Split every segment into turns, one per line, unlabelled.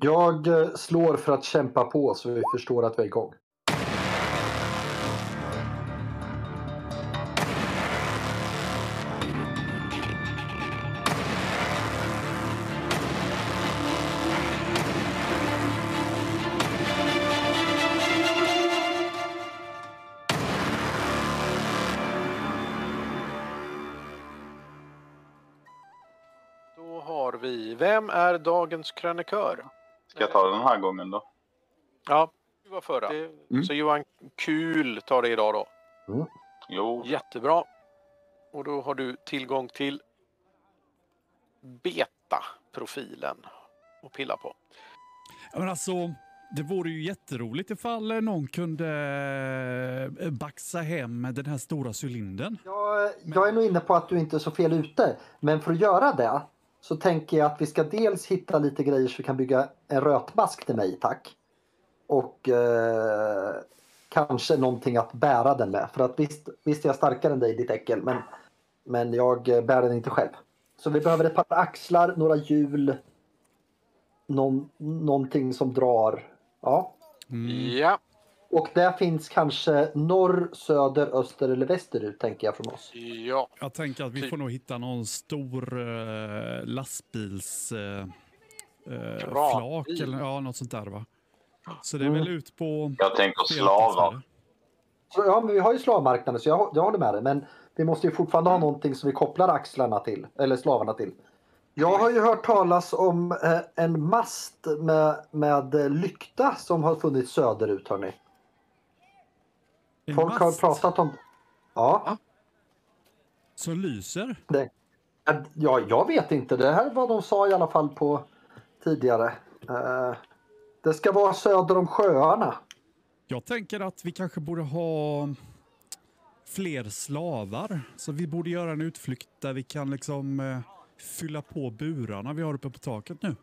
Jag eh, slår för att kämpa på så vi förstår att vi är igång.
Då har vi, vem är dagens krönikör?
Ska jag ta den här gången då?
Ja, du var förra.
Mm.
Så Johan Kul tar det idag då.
Jo,
Jättebra. Och då har du tillgång till beta-profilen att pilla på.
Ja, men alltså, det vore ju jätteroligt ifall eh, någon kunde eh, baxa hem den här stora cylindern.
Jag, jag är nog inne på att du inte är så fel ute. Men för att göra det så tänker jag att vi ska dels hitta lite grejer så vi kan bygga en rötmask till mig, tack. Och eh, kanske någonting att bära den med. För att visst, visst är jag starkare än dig, ditt äckel, men, men jag eh, bär den inte själv. Så vi behöver ett par axlar, några hjul, någon, någonting som drar. Ja.
Mm.
Mm.
Ja,
Och där finns kanske norr, söder, öster eller västerut, tänker jag från oss.
ja.
Jag tänker att vi
Typ.
får nog hitta någon stor eh, lastbils... Eh, eh,
Kran.
flak eller ja, något sånt där va? Så det är väl ut på...
Mm. jag tänker slavar.
Så, ja, men vi har ju slavmarknaden, så jag, jag håller med dig. Men vi måste ju fortfarande
Mm.
ha någonting som vi kopplar axlarna till, eller slavarna till. Jag har ju hört talas om eh, en mast med, med eh, lykta som har funnits söderut, hörni.
En
Folk har
mast
pratat om... Ja,
Som lyser.
det, ja, jag vet inte. Det här var de sa i alla fall på tidigare. Eh, det ska vara söder om sjöarna.
Jag tänker att vi kanske borde ha fler slavar. Så vi borde göra en utflykt där vi kan liksom eh, fylla på burarna vi har uppe på taket nu.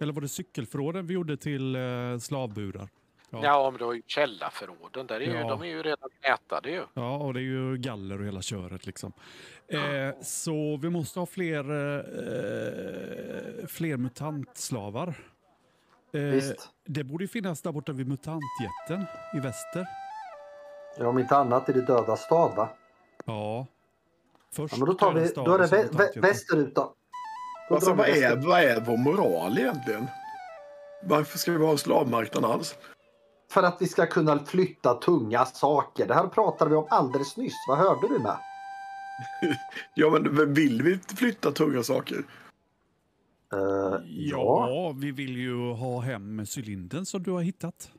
Eller var det cykelförråden vi gjorde till eh, slavburar? Ja.
Ja, men du har ju källarförråden. Där är ju,
Ja.
De är ju redan ätade ju.
Ja, och det är ju galler och hela köret liksom. Eh, så vi måste ha fler, eh, fler mutantslavar. Eh,
Visst.
Det borde ju finnas där borta vid mutantjätten i väster.
Ja, om inte annat är det döda stad, va?
Ja. Först
Ja, men då, tar vi,
Dödestaden,
då är det
sen
vä vä
mutantjätten.
västerut då. Då
Alltså,
drar vi
vad, är,
västerut.
vad är vår moral egentligen? Varför ska vi ha en slavmarknad alls?
För att vi ska kunna flytta tunga saker. Det här pratade vi om alldeles nyss. Vad hörde du med?
Ja, men vill vi inte flytta tunga saker?
Eh, ja.
Ja, vi vill ju ha hem cylindern som du har hittat.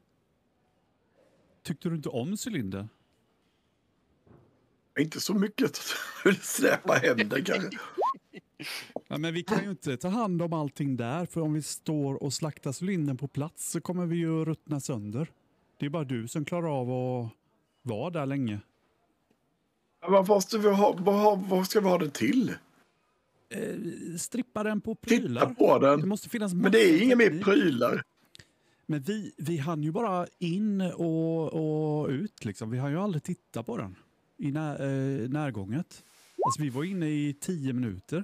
Tyckte du inte om cylindern?
Inte så mycket att jag vill släpa hem den kanske.
Ja, men vi kan ju inte ta hand om allting där, för om vi står och slaktar cylindern på plats så kommer vi ju ruttna sönder. Det är bara du som klarar av att vara där länge.
Men vad, måste vi ha, vad, har- vad ska vi ha den till?
Strippa den på
Titta
prylar.
på
Det
den.
måste finnas
Men det är
massa
inga mer
teknik.
prylar.
Men vi, vi hann ju bara in och, och ut liksom. Vi hann ju aldrig titta på den i när, eh, närgånget. Alltså vi var inne i tio minuter.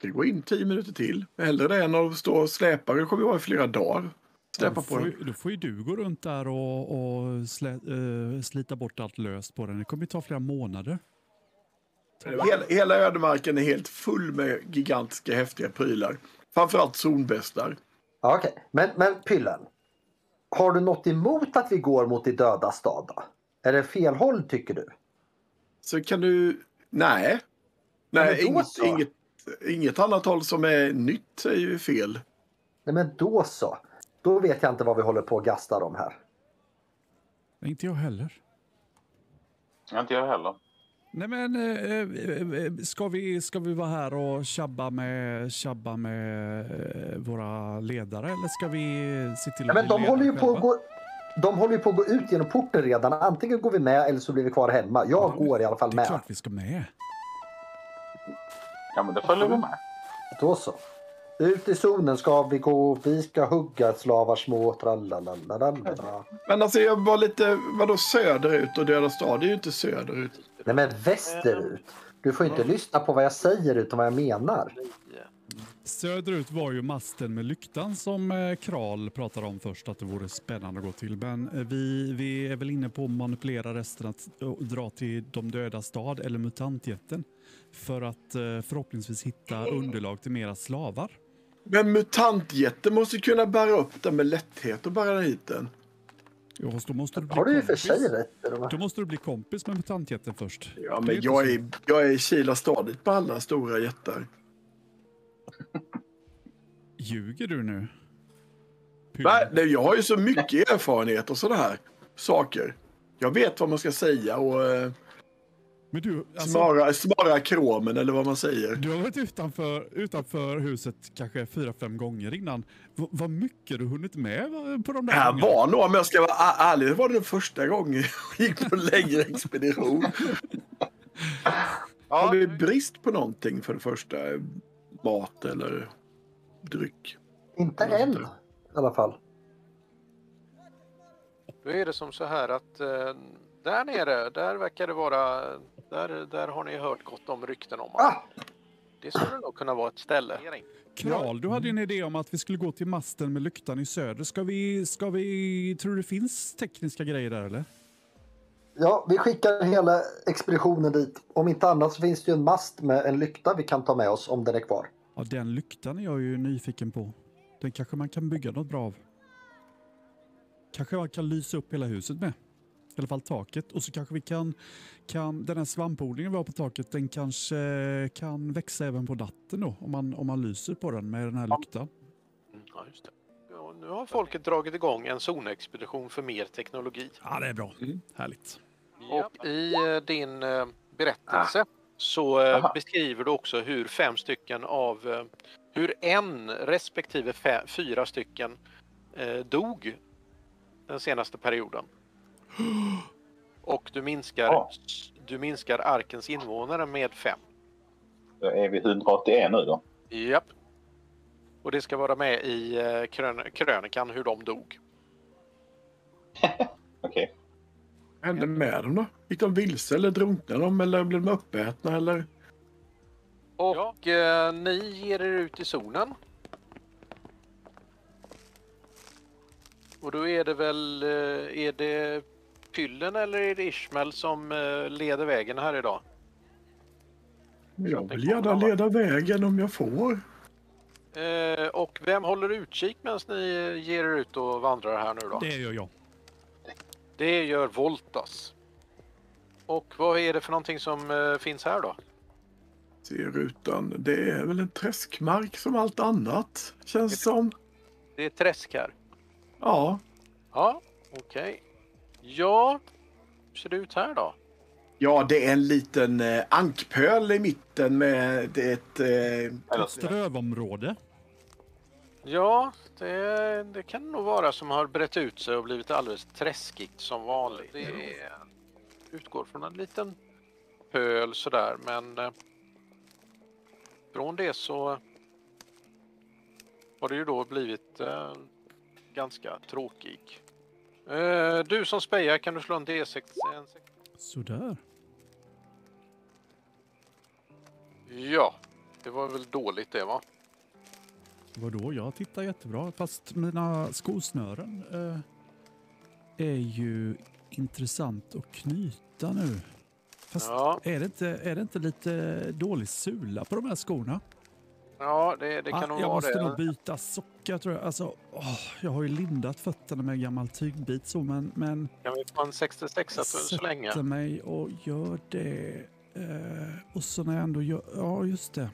Det går in tio minuter till. Hellre det än att stå och släpa. Det kommer vara i flera dagar.
Då
Släpa på
får,
den.
ju, då får ju du gå runt där och, och slä, eh, slita bort allt löst på den. Det kommer ju ta flera månader.
Hela, hela ödemarken är helt full med gigantiska häftiga prylar. Framförallt zonbästar.
Ja, Okej, men, men Pyllen. Har du något emot att vi går mot i döda stad då? Är det fel håll tycker du?
Så kan du... Nej.
men
Nej,
då
inget,
så.
inget, inget annat håll som är nytt är ju fel.
Nej men då så. Då vet jag inte vad vi håller på och gastar om här.
Inte jag heller.
Ja, inte jag heller.
Nej men, eh, eh, eh, ska, vi, ska vi vara här och tjabba med, tjabba med eh, våra ledare eller ska vi se till
Nej, men
bli
de
ledare
håller ju på
själva?
att gå... De håller ju på att gå ut genom porten redan. Antingen går vi med eller så blir vi kvar hemma. Jag går i alla fall
Det är
med.
klart vi ska med.
Ja, men det följer vi med.
Då så. Ut i zonen ska vi gå. Vi ska hugga slavar små. tralalalalala.
Men alltså jag var lite... Vadå söderut och Döda stad? Det är ju inte söderut.
Nej men västerut. Du får inte lyssna på vad jag säger utan vad jag menar.
Söderut var ju masten med lyktan som eh, Kral pratade om först att det vore spännande att gå till. Men eh, vi, vi är väl inne på att manipulera resten att eh, dra till De döda stad eller mutantjätten för att eh, förhoppningsvis hitta underlag till mera slavar.
Men mutantjätten måste kunna bära upp den med lätthet och bära hit den.
Jo, fast då måste du bli
Har du ju för
kompis.
sig rätt. Roman.
Då måste du bli kompis med mutantjätten först.
Ja,
Det är
men
inte
jag
så.
är, jag är Kila stadigt på alla stora jättar.
Ljuger du nu?
Nej, nej, jag har ju så mycket erfarenhet och sådana här saker. Jag vet vad man ska säga och eh,
Men du, alltså,
smara, smara kromen eller vad man säger.
du har varit utanför, utanför huset kanske fyra, fem gånger innan. V- vad mycket du hunnit med eh, på de där
Det här
gångerna.
var nog, om jag ska vara ä- ärlig, det var den första gången jag gick på en längre expedition.
Ja,
Har vi brist på någonting för det första? Mat eller dryck?
Inte än i alla fall.
då är det som så här att eh, där nere, där verkar det vara... Där, där har ni hört gott om rykten om.
Ah!
Det skulle nog kunna vara ett ställe.
Kral, du hade ju en
Mm.
idé om att vi skulle gå till masten med lyktan i söder. Ska vi, ska vi, tror du det finns tekniska grejer där eller?
Ja, vi skickar hela expeditionen dit. Om inte annat så finns det ju en mast med en lykta vi kan ta med oss om den är kvar.
Ja, den lyktan är jag ju nyfiken på. Den kanske man kan bygga något bra av. Kanske man kan lysa upp hela huset med. I alla fall taket. Och så kanske vi kan, kan den här svampodlingen vi har på taket, den kanske kan växa även på natten då, om man, om man lyser på den med den här lyktan.
Mm, Ja, just det. Ja, nu har folket dragit igång en zonexpedition för mer teknologi.
Ja, det är bra. Härligt.
Och i eh, din eh, berättelse så eh, beskriver du också hur fem stycken av eh, hur en respektive fe- fyra stycken eh, dog den senaste perioden. Och du minskar,
Ja.
du minskar arkens invånare med fem.
Då är vi 181 nu då.
Japp. Och det ska vara med i eh, krön- krönikan hur de dog.
Okej.
Vad hände med dem då? Gick de vilse eller drunknade de eller blev de uppätna eller?
Och eh, ni ger er ut i zonen. Och då är det väl, eh, är det Pyllen eller är det Ishmael som eh, leder vägen här idag?
Jag vill gärna leda vägen om jag får.
Eh, och vem håller utkik medan ni eh, ger er ut och vandrar här nu då?
Det gör jag.
Det gör Voltas. Och vad är det för någonting som eh, finns här då?
Ser utan det är väl en träskmark som allt annat känns som.
Det är träsk här.
Ja,
Ja, okej. Ja, hur ser det ut här då?
ja det är en liten eh, ankpöl i mitten med det är ett... Eh,
Eller
Strövområde.
Ja, det, det kan nog vara som har brett ut sig och blivit alldeles träskigt som vanligt. Det är- utgår från en liten pöl sådär, men eh, från det så har det ju då blivit eh, ganska tråkig. Eh, du som spejar, kan du slå en D6? En sex-
Sådär.
Ja, det var väl dåligt det va?
Vadå? Jag tittar jättebra. Fast mina skosnören eh, är ju intressant att knyta nu. Fast
Ja.
är, det inte, är det inte lite dålig sula på de här skorna?
Ja, det, det kan
Ah,
nog
jag
vara
måste
det.
nog byta socka tror jag. Alltså, åh, jag har ju lindat fötterna med en gammal tygbit så, men, men
Kan vi få en 66 att så länge?
sätter mig och gör det. Eh, och så när jag ändå gör... Ja, just det.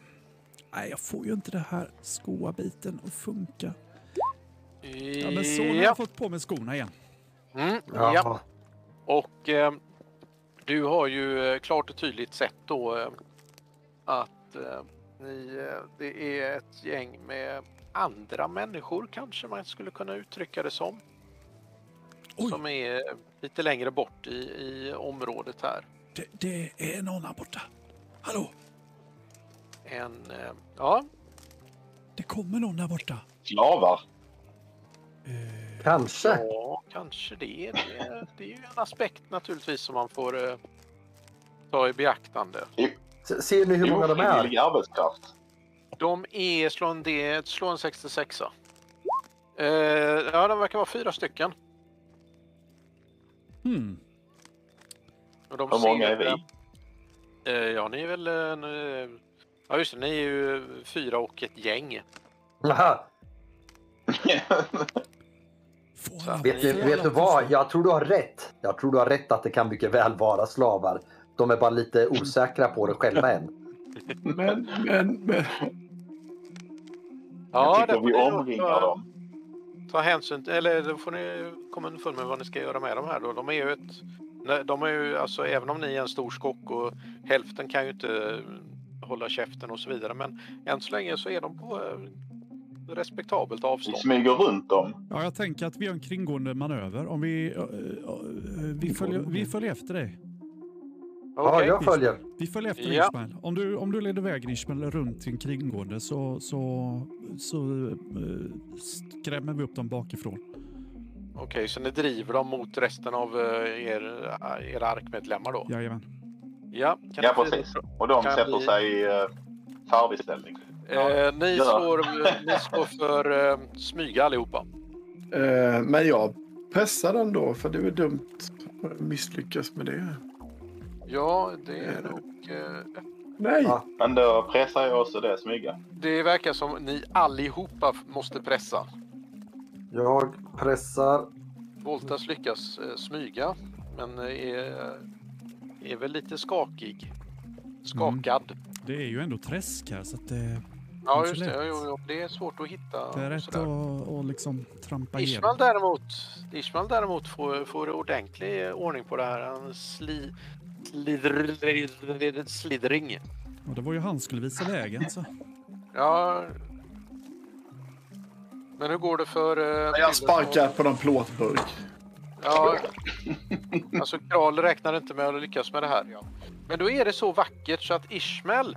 Nej, jag får ju inte den här skoabiten att funka. Ja, men så nu har
Ja.
jag fått på mig skorna igen.
Mm, ja. Och eh, du har ju eh, klart och tydligt sett då eh, att eh, ni, eh, det är ett gäng med andra människor kanske man skulle kunna uttrycka det som.
Oj.
Som är eh, lite längre bort i, i området här.
Det, det är någon här borta. Hallå,
En, eh, ja,
det kommer någon där borta.
Slavar.
Kanske.
ja, kanske det. är Det, det är ju en aspekt naturligtvis som man får eh, ta i beaktande.
Se- Ser ni hur många de är?
Ofrivillig arbetskraft.
De är, slå en, D, slå en 66 eh, Ja, de verkar vara fyra stycken.
Hmm.
Och de
Hur många
ser-
är vi?
Eh, ja, ni är väl... Eh, nu- ja, just det, ni är ju fyra och ett gäng.
Jaha,
Får
Så,
han-
Vet du,
får
vet
han-
du vad? Jag tror du har rätt. Jag tror du har rätt att det kan mycket väl vara slavar. De är bara lite osäkra på det själva än.
Men, men, men.
Jag
där
tycker
får
vi
ni nog
omringar
ta-
dem.
Ta hänsyn till, eller då får ni komma underfund med vad ni ska göra med de här då. De är ju ett... nej, De är ju, alltså även om ni är en stor skock och hälften kan ju inte hålla käften och så vidare. Men än så länge så är de på eh, respektabelt
Vi
avstånd.
smyger runt dem.
Ja, jag tänker att vi gör en kringgående manöver. Om vi, eh, eh, vi, följer, vi följer efter dig.
Ja,
Okej.
jag följer.
Vi följer efter dig,
Ja.
Ismail. Om du, om du leder vägen Ismail runt till en kringgående så, så, så eh, skrämmer vi upp dem bakifrån.
Okej, så ni driver dem mot resten av eh, er, era arkmedlemmar då?
Jajamän.
Ja, kan
Ja,
ni-
precis. Och de
Kan
sätter
vi-
sig i eh, färdigställning.
Eh, ni,
Ja.
slår, ni slår för eh, smyga allihopa.
Eh, men jag pressar den då, för det är väl dumt att misslyckas med det.
Ja, det är nog... Eh,
Nej!
Ja.
Men då pressar jag också det, smyga.
det verkar som ni allihopa f- måste pressa.
Jag pressar.
Voltas lyckas eh, smyga, men eh, är, är väl lite skakig.
Mm.
Skakad.
Det är ju ändå träsk här så att det,
Ja,
inte
just det.
lätt.
Ja, Jo, jo, det är svårt att hitta.
det är
och
rätt
sådär.
att, att liksom trampa
Ishmael
igenom.
däremot, Ishmael däremot får, får ordentlig eh, ordning på det här. Han sli, slidr, slidring.
Och det var ju han skulle visa vägen. Så.
Ja. Men hur går det för... eh,
Jag
bilden
sparkar på någon plåtburk.
som- Ja. Alltså, Kral räknar inte med att lyckas med det här. Men då är det så vackert så att Ishmael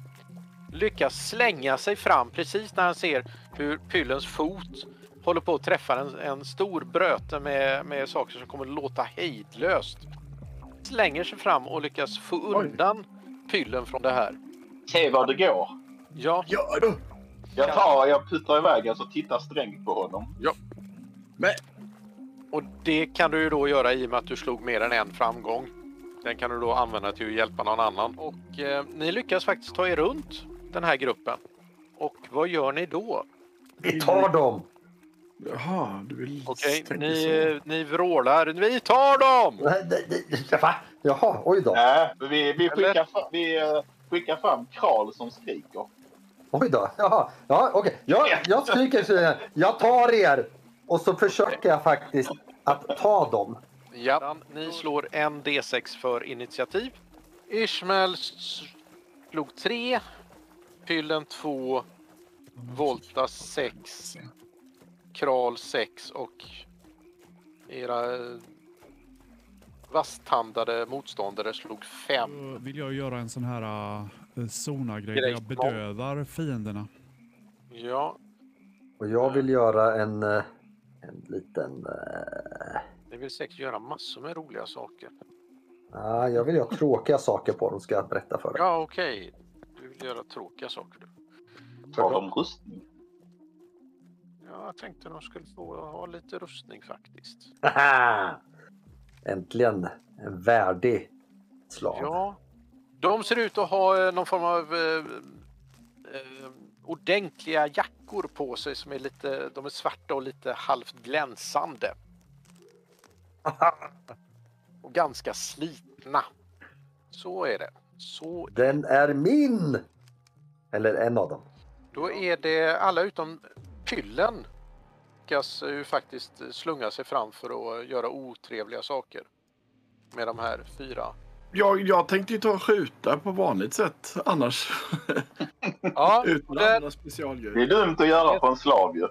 lyckas slänga sig fram precis när han ser hur Pyllens fot håller på att träffa en, en stor bröte med, med saker som kommer låta hejdlöst. Slänger sig fram och lyckas få undan Pyllen från det här.
Se vad det går.
Ja,
Gör du?
Jag tar, jag puttar iväg alltså och tittar strängt på honom.
Och det kan du ju då göra i och med att du slog mer än en framgång. Den kan du då använda till att hjälpa någon annan. Och eh, ni lyckas faktiskt ta er runt den här gruppen. Och vad gör ni då?
Vi tar dem.
Jaha, du vill
Okej,
tänka
ni,
så.
eh, ni vrålar. Vi tar dem!
Nej, nej, nej, Va? Jaha, oj då.
Nej, Äh, vi, vi, skickar,
Eller?
fram, vi eh, skickar fram Kral som skriker.
Oj då. Jaha. Ja, okej. Jag, jag skriker så här, jag tar er. Och så försöker jag faktiskt att ta dem.
Ja, ni slår en D6 för initiativ. Ishmael s- slog tre. Pyllen två. Volta sex. Kral sex och era eh, vasstandade motståndare slog fem.
Då vill jag göra en sån här uh, zona-grej där
Grej.
jag bedövar fienderna.
Ja,
Och jag vill göra en, eh, en liten... eh,
ni vill säkert göra massor med roliga saker.
Ja, ah, jag vill göra tråkiga saker på dem ska jag berätta för dig.
Ja, okej. Du vill göra tråkiga saker du.
Tar de rustning?
Ja, jag tänkte de skulle få ha lite rustning faktiskt.
Haha! Äntligen en värdig slav.
Ja. De ser ut att ha eh, någon form av eh, eh, ordentliga jackor på sig som är lite, de är svarta och lite halvt glänsande. och ganska slitna. Så är det. Så,
Den är min! Eller en av dem.
då är det alla utom Pyllen lyckas ju faktiskt slunga sig fram för att göra otrevliga saker med de här fyra.
Jag, jag tänkte ju ta och skjuta på vanligt sätt annars.
Ja,
Utan
där-
andra
Det är
specialgrejer.
dumt att göra på en slav ju.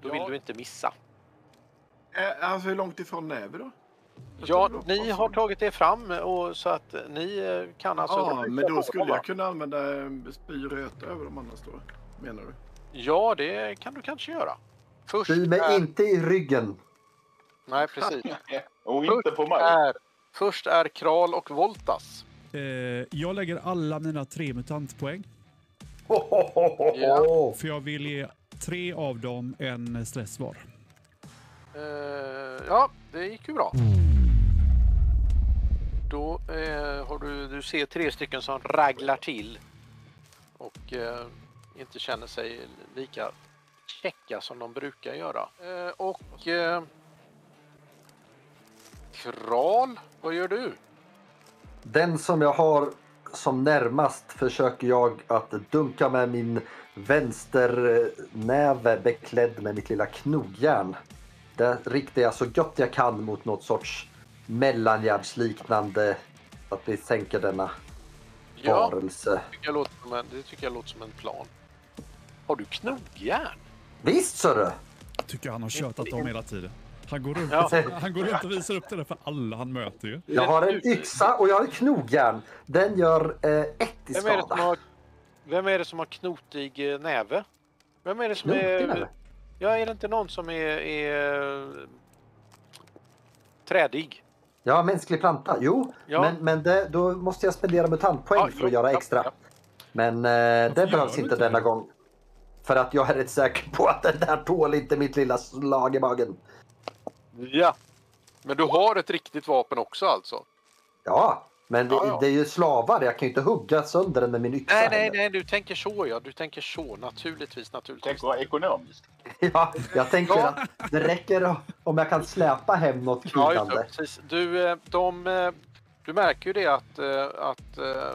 då vill du inte missa.
Eh, Alltså hur långt ifrån är vi då?
Ja, ni har tagit er fram och så att ni eh, kan alltså...
Ja, men då skulle
Va?
jag kunna använda eh, spy och röta över dem annars då? Menar du?
Ja, det kan du kanske göra. Först
Sy mig
är...
inte i ryggen.
Nej, precis.
Och inte på
Först
mig.
är, först är Kral och Voltas.
Eh, jag lägger alla mina tre mutantpoäng
Ja.
För jag vill ge tre av dem en stress var.
Eh, ja, det gick ju bra. Då eh, har du, du ser tre stycken som raglar till och eh, inte känner sig lika käcka som de brukar göra. Eh, och eh, Kral, vad gör du?
Den som jag har som närmast försöker jag att dunka med min vänsternäve beklädd med mitt lilla knogjärn. Där riktar jag så gott jag kan mot något sorts mellangärdsliknande att vi sänker denna
Ja, det
varelse.
tycker jag låter som en, det tycker jag låter som en plan. Har du knogjärn?
Visst sörru!
Jag tycker han har tjötat om hela tiden. Han går, runt
Ja.
och, han går runt och visar upp det där för alla han möter ju.
Jag har en yxa och jag har ett knogjärn. Den gör eh, ett i
Vem är, det som
skada.
har, vem är det som har knotig eh, näve? Vem är det som
Knotig
är...
näve?
Ja, är det inte någon som är... är eh, trädig?
Ja, mänsklig planta. Jo,
Ja.
men, men det, då måste jag spendera mutantpoäng
Ja,
för
jo,
att göra
ja,
extra.
ja.
Men eh, det
gör
behövs
du
inte
inte
denna
det?
gång. För att jag är rätt säker på att den där tål inte mitt lilla slag i magen.
Ja. Men du har ett riktigt vapen också alltså?
Ja, men det,
Ja, ja.
det är ju slavar. Jag kan ju inte hugga sönder den med min yxa.
Nej, nej,
heller.
nej, du tänker så ja. Du tänker så. Naturligtvis,
Tänk
naturligtvis.
att vara ekonomisk.
Ja, jag tänker
Ja.
att det räcker om jag kan släpa hem något
Ja, just det,
kryddande.
precis. Du, eh, de, eh, du märker ju det att, eh, att eh,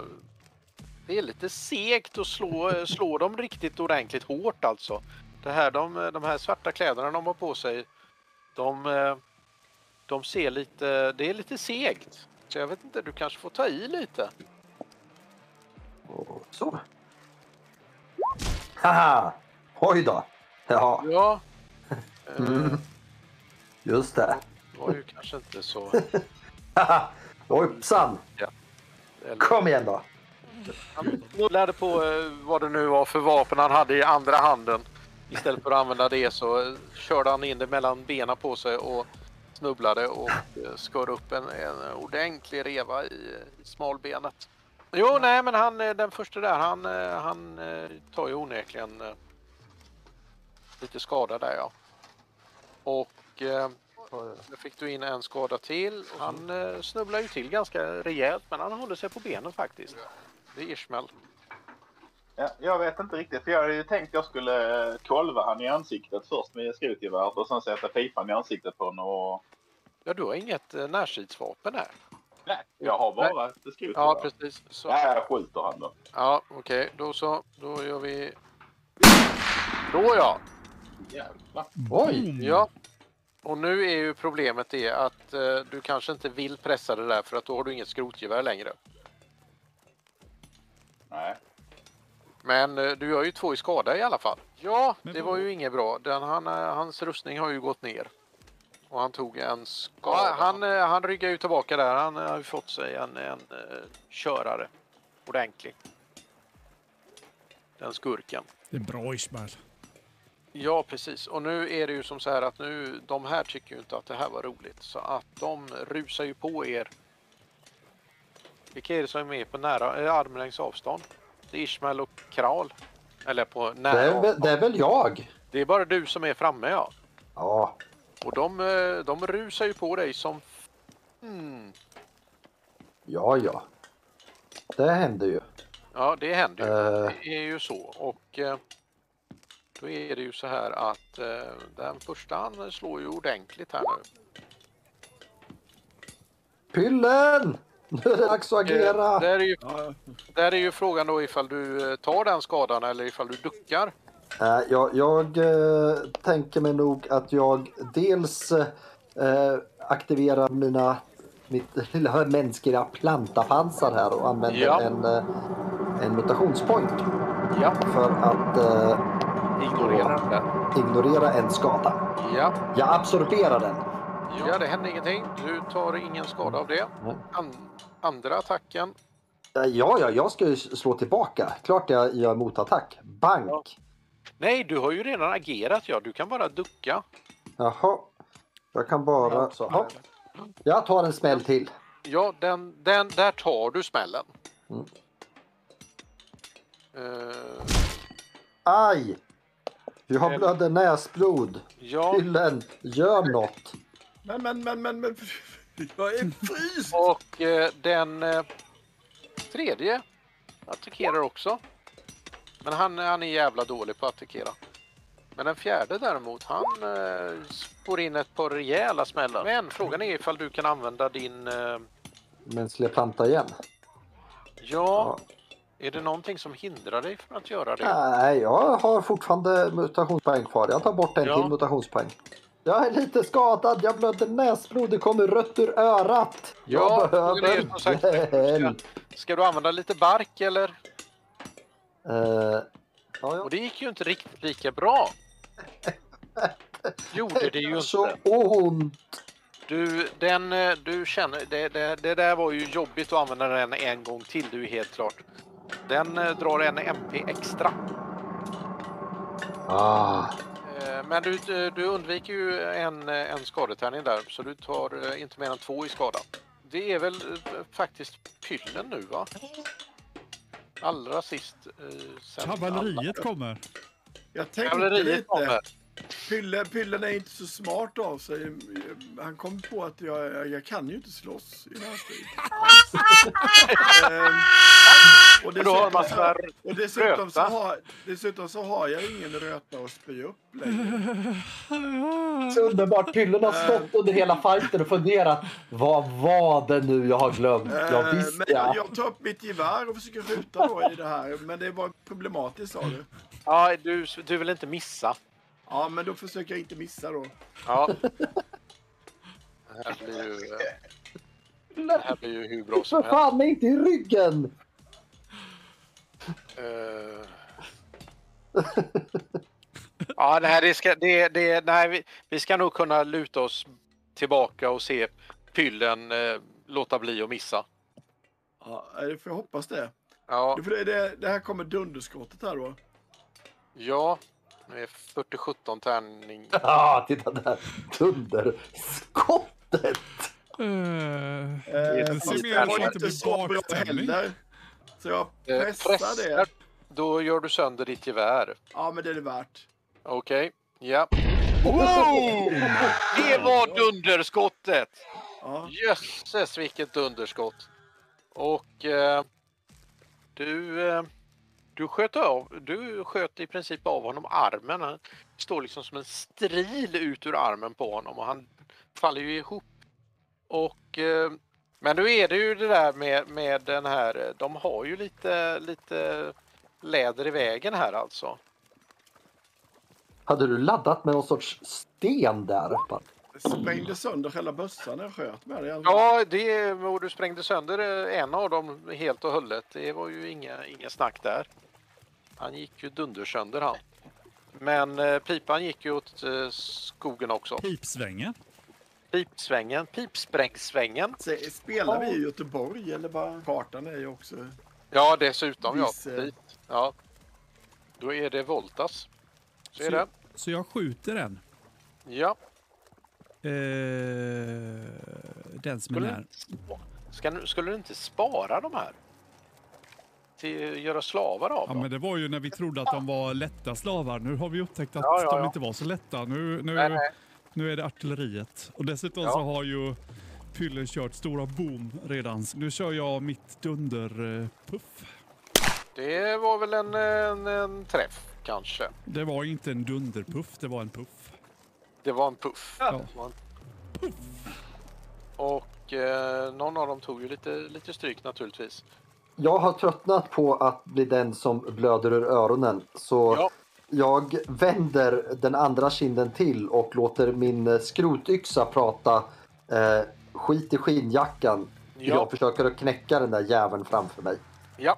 det är lite segt att slå, eh, slå dem riktigt ordentligt hårt alltså. Det här, de, eh, de här svarta kläderna de har på sig, de, eh, de ser lite, det är lite segt. Så jag vet inte, du kanske får ta i lite.
Och Så. Haha! Oj då! Ja,
Ja. Eh,
Mm. just det.
Det var ju kanske inte så...
Haha! Hoppsan!
eller-
Kom igen då!
Han rullade på eh, vad det nu var för vapen han hade i andra handen. Istället för att använda det så eh, körde han in det mellan benen på sig och snubblade och eh, skar upp en, en ordentlig reva i, eh, i smalbenet. Jo, nej, men han, eh, den första där, han, eh, han eh, tar ju onekligen eh, lite skada där ja. Och eh, nu fick du in en skada till. Han eh, snubblar ju till ganska rejält, men han håller sig på benen faktiskt. Det är Ishmael.
Ja, jag vet inte riktigt, för jag hade ju tänkt jag skulle eh, kolva han i ansiktet först med skrotgeväret och sen sätta pipan i ansiktet på honom och...
Ja, du har inget eh, närstridsvapen här.
Nej, jag har bara ett skrotgevär.
Ja, precis. Så.
Nej, jag skjuter han då.
Ja, okej. Då så. Då gör vi... Då ja!
Jävlar.
Oj!
Boom.
Ja. Och nu är ju problemet det att eh, du kanske inte vill pressa det där för att då har du inget skrotgevär längre.
Nej.
Men eh, du gör ju två i skada i alla fall. Ja,
Men
det
vad-
var ju inget bra. Den, han, eh, hans rustning har ju gått ner. Och han tog en skada.
Ja,
Han, eh, han ryggar ju tillbaka där. Han eh, har ju fått sig en, en eh, körare. Ordentlig. Den skurken.
Det är bra Ismael.
Ja, precis. Och nu är det ju som så här att nu, de här tycker ju inte att det här var roligt. Så att de rusar ju på er. Vilka är det som är med på nära, eh, armlängds avstånd? Det är Ismael och Kral. Eller på
Det
nära
är,
avstånd.
väl- det är väl jag?
Det är bara du som är framme ja.
Ja,
Och de, eh, de rusar ju på dig som... Mm.
ja, ja. Det hände ju.
Ja, det händer ju.
Eh,
Det är ju så. Och eh, då är det ju så här att eh, den första han slår ju ordentligt här nu.
Pyllen! Nu är det dags att
Eh,
agera!
Där är ju,
Ja,
där är ju frågan då ifall du eh, tar den skadan eller ifall du duckar.
Äh, jag jag eh, tänker mig nog att jag dels eh, aktiverar mina, mitt lilla mänskliga plantapansar här och använder
Ja.
en, eh, en mutationspoäng
Ja,
för att eh,
ignorerar den.
ignorera en skada.
Ja,
Jag absorberar den.
ja, det händer ingenting. Du tar ingen skada av det.
Nej.
An- andra attacken.
Eh, Ja, ja, jag ska ju slå tillbaka. Klart jag gör motattack. Bank.
Nej, du har ju redan agerat ja. Du kan bara ducka.
Jaha. Jag kan bara... Ja. Jag tar en smäll till.
Ja, den, den, där tar du smällen.
Mm.
Eh,
Aj! Jag har blöder näsblod.
Ja.
Killen, gör något.
Men, men, men, men, men. Jag är fryst!
Och eh, den eh, tredje attackerar också. Men han, han är jävla dålig på att attackera. Men den fjärde däremot, han eh, får in ett par rejäla smällar. Men frågan är ifall du kan använda din... Eh,
Men skulle jag planta igen?
ja, är det någonting som hindrar dig från att göra det?
Nej, jag har fortfarande mutationspoäng kvar. Jag tar bort en
Ja.
till mutationspoäng. Jag är lite skadad, jag blöder näsblod, det kommer rött ur örat.
Ja,
jag
frågan är som sagt-
behöver hjälp.
Ska du använda lite bark eller?
Eh, ja, ja.
Och det gick ju inte riktigt lika bra. Gjorde det ju
Så
inte.
ont!
Du, den, eh, du känner, det, det, det där var ju jobbigt att använda den en gång till, du är helt klart. Den eh, drar en MP extra.
Ah,
Eh, Men du, du undviker ju en, eh, en skadetärning där, så du tar eh, inte mer än två i skada. Det är väl eh, faktiskt pyllen nu, va? Allra sist. eh, sen alla-
Kavalleriet kommer.
Jag tänkte
Kavalleriet kommer.
lite. Pylle, Pyllen är inte så smart av sig. Han kom på att jag, jag, jag kan ju inte slåss i den här striden. Ehm, och
Men du har en
dessutom
massa
så- och dessutom så,
röta.
har, dessutom så har jag ingen röta att spy upp längre.
så underbart! Pyllen har stått under hela fighten och funderat. Vad var det nu jag har glömt?
Ehm,
Eh, Jag visste
men jag, jag tar upp mitt gevär och försöker skjuta då i det här. Men det var problematiskt sa du.
Ja, du, du vill inte missa.
Ja, men då försöker jag inte missa då.
Ja. Det här blir ju, eh, det här blir ju hur bra
För
som helst.
fan, nej, inte i ryggen!
Eh. Ja, nej, det ska, det, det, nej vi, vi ska nog kunna luta oss tillbaka och se pyllen eh, låta bli att missa.
Ja, eh, får jag hoppas det.
Ja,
Det- För det, det, det här kommer dunderskottet här då.
ja. Det är 40-17 tärning.
Ah, titta där! Dunderskottet!
Eh,
Eh,
Det
fast
ser
det
mer
var
ut
inte
att
så
bli
bra
bakstämning.
heller. Så jag
Eh,
pressar, det.
Då gör du sönder ditt gevär.
Ja, men det är det värt.
Okej, ja. Wow! Det var dunderskottet!
Ja.
Jösses vilket dunderskott! Och eh, du, eh, du, sköt av, du sköt i princip av honom armen. Han står liksom som en stril ut ur armen på honom och han faller ju ihop. Och, eh, men nu är det ju det där med, med den här, eh, de har ju lite, lite läder i vägen här alltså.
Hade du laddat med någon sorts sten där? Rappan?
Sprängde sönder hela bössan när jag sköt med det.
Ja, det, och du sprängde sönder eh, en av dem helt och hållet. Det var ju inga, inga snack där. Han gick ju dundersönder han. Men eh, pipan gick ju åt eh, skogen också.
pipsvängen.
Pipsvängen, pipsprängsvängen.
Se, spelar vi i Göteborg eller bara? Kartan är ju också...
Ja, dessutom ja.
Viss, eh,
Pip. ja. Då är det Voltas. Så är
Så,
det.
jag- så jag skjuter den.
Ja.
Eh, den som är
Skulle,
nära.
ska, du- skulle du inte spara de här? Till, göra slavar av
Ja,
dem?
men det var ju när vi trodde att de var lätta slavar. Nu har vi upptäckt att
Ja, ja, ja.
de inte var så lätta. Nu, nu,
Nej, nej.
nu är det artilleriet. Och dessutom
Ja.
så har ju Pyllen kört stora boom redan. Så Nu kör jag mitt dunderpuff.
Det var väl en, eh, en, en träff kanske.
Det var inte en dunderpuff, det var en puff.
Det var en puff.
Ja.
Det var en- Och eh, någon av dem tog ju lite, lite stryk naturligtvis.
Jag har tröttnat på att bli den som blöder ur öronen. Så
Ja.
jag vänder den andra kinden till och låter min eh, skrotyxa prata eh, skit i skinnjackan.
Ja.
Jag försöker att knäcka den där jäveln framför mig.
Ja.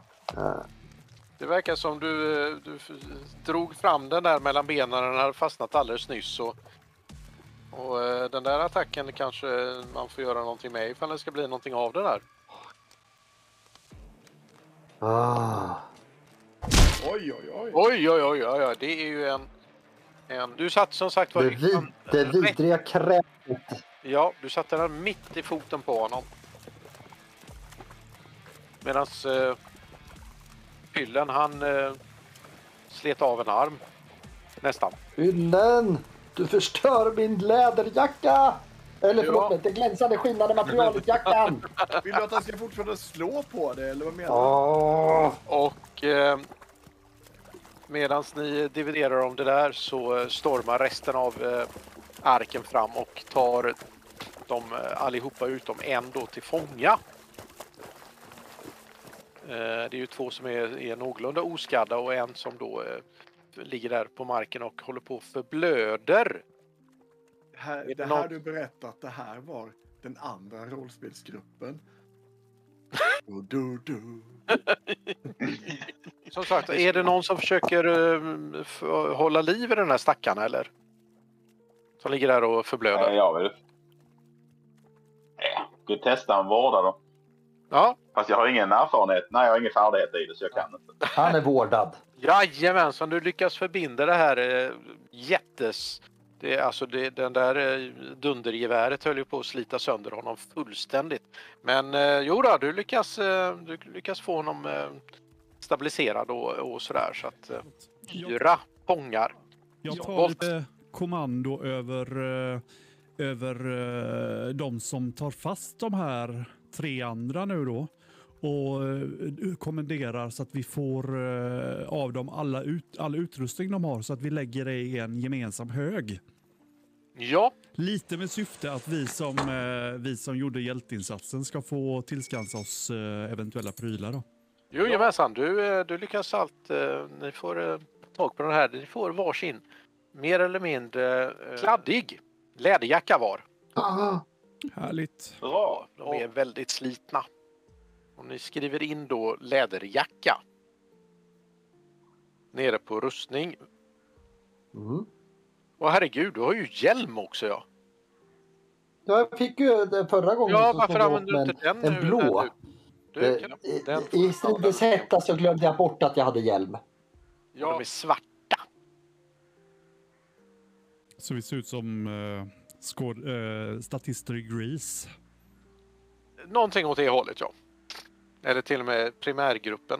Det verkar som du, eh, du f- drog fram den där mellan benen. Den hade fastnat alldeles nyss. Och, och eh, den där attacken kanske man får göra någonting med ifall det ska bli någonting av det där.
Ah.
Oj, oj, oj.
Oj, oj, oj, oj, oj. det är ju en... en du satt som sagt var...
Det, vid, det
liksom
vidriga krävet.
Ja, du satte den mitt i foten på honom. Medan eh, Pyllen, han eh, slet av en arm. Nästan.
Yllen! Du förstör min läderjacka! Eller
Ja.
förlåt mig, det glänsande skinande materialet jackan!
Vill du att han ska fortsätta slå på det eller vad menar du?
Åh,
Och eh, medan ni dividerar om det där så eh, stormar resten av eh, arken fram och tar dem eh, allihopa utom en då till fånga. Eh, det är ju två som är, är någorlunda oskadda och en som då eh, ligger där på marken och håller på och förblöder.
Det här, det här du berättat, det här var den andra rollspelsgruppen. Du, du, du.
Som sagt, är det någon som försöker eh, f- hålla liv i den här stackaren eller? Som ligger där och förblöder.
Nej, jag vill. Nej, Jag Eh, ska testa en vårdare då.
Ja,
Fast jag har ingen erfarenhet. Nej, jag har ingen färdighet i det så jag kan inte.
han är vårdad.
Jajamensan, du lyckas förbinda det här eh, jättes... Det, är alltså det, den där eh, dundergeväret höll ju på att slita sönder honom fullständigt. Men eh, jo då, du lyckas, eh, du lyckas få honom eh, stabiliserad och, och sådär. Så att eh,
Jag,
fyra fångar.
jag
Ja.
tar lite kommando över, eh, över eh, de som tar fast de här tre andra nu då och eh, kommenderar så att vi får eh, av dem alla ut, all utrustning de har så att vi lägger det i en gemensam hög.
Ja,
Lite med syfte att vi som, eh, vi som gjorde hjälteinsatsen ska få tillskansa oss eh, eventuella prylar. Då.
jo, jajamensan, du, eh, du lyckas allt. Eh, ni får eh, tag på den här. Ni får varsin mer eller mindre eh, kladdig läderjacka var.
Ah,
Härligt.
Bra!
De är väldigt slitna. Om ni skriver in då läderjacka nere på rustning.
Mm.
Åh herregud, du har ju hjälm också ja.
Jag fick ju det förra gången
Ja,
så
varför
snodde jag
använder du
åt mig en
inte den nu?
blå.
Du, du,
Eh,
kan-
i-
den får
I
du ta den.
stridens hetta så glömde jag bort att jag hade hjälm.
Och De är svarta.
Så vi ser ut som eh, skåd, eh, statister i Grease.
Någonting åt det hållet ja. Eller till och med primärgruppen.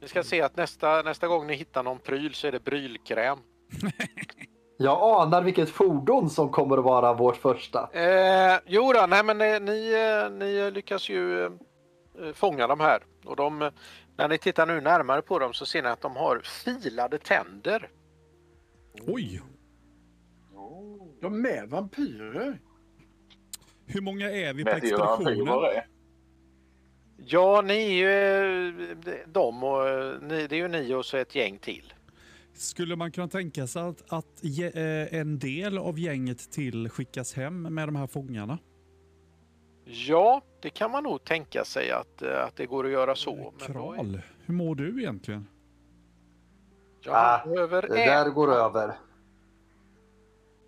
Ni ska se att nästa, nästa gång ni hittar någon pryl så är det brylkräm.
Jag anar vilket fordon som kommer att vara vårt första.
Eh, jo då, nej men eh, ni, eh, ni lyckas ju eh, eh, fånga de här. Och de, eh, när ni tittar nu närmare på dem så ser ni att de har filade tänder.
Oj!
De är vampyrer.
Hur många är vi på
Vet ju vad han
expeditionen?
fyller är.
Ja, ni är ju eh, de och eh, ni, det är ju ni och så ett gäng till.
Skulle man kunna tänka sig att, att ge, eh, en del av gänget till skickas hem med de här fångarna?
Ja, det kan man nog tänka sig att, eh, att det går att göra så. Men då är,
Kral, hur mår du egentligen?
ja,
Ah,
man behöver
Det där
ä-
går över.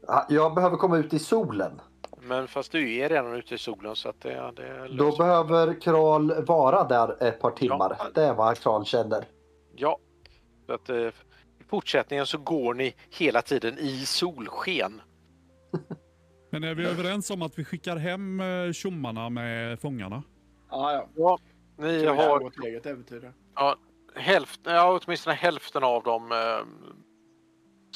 Ah, Jag behöver komma ut i solen.
Men fast du är redan ute i solen så att det, det
Då
löser.
behöver Kral vara där ett par timmar. Det är vad Kral känner.
Ja, så att, eh, i fortsättningen så går ni hela tiden i solsken.
Men är vi överens om att vi skickar hem eh, tjommarna med fångarna?
Ah, ja,
Ni
ja.
har
Vårt eget äventyr. där.
hälften, ja, åtminstone hälften av dem eh,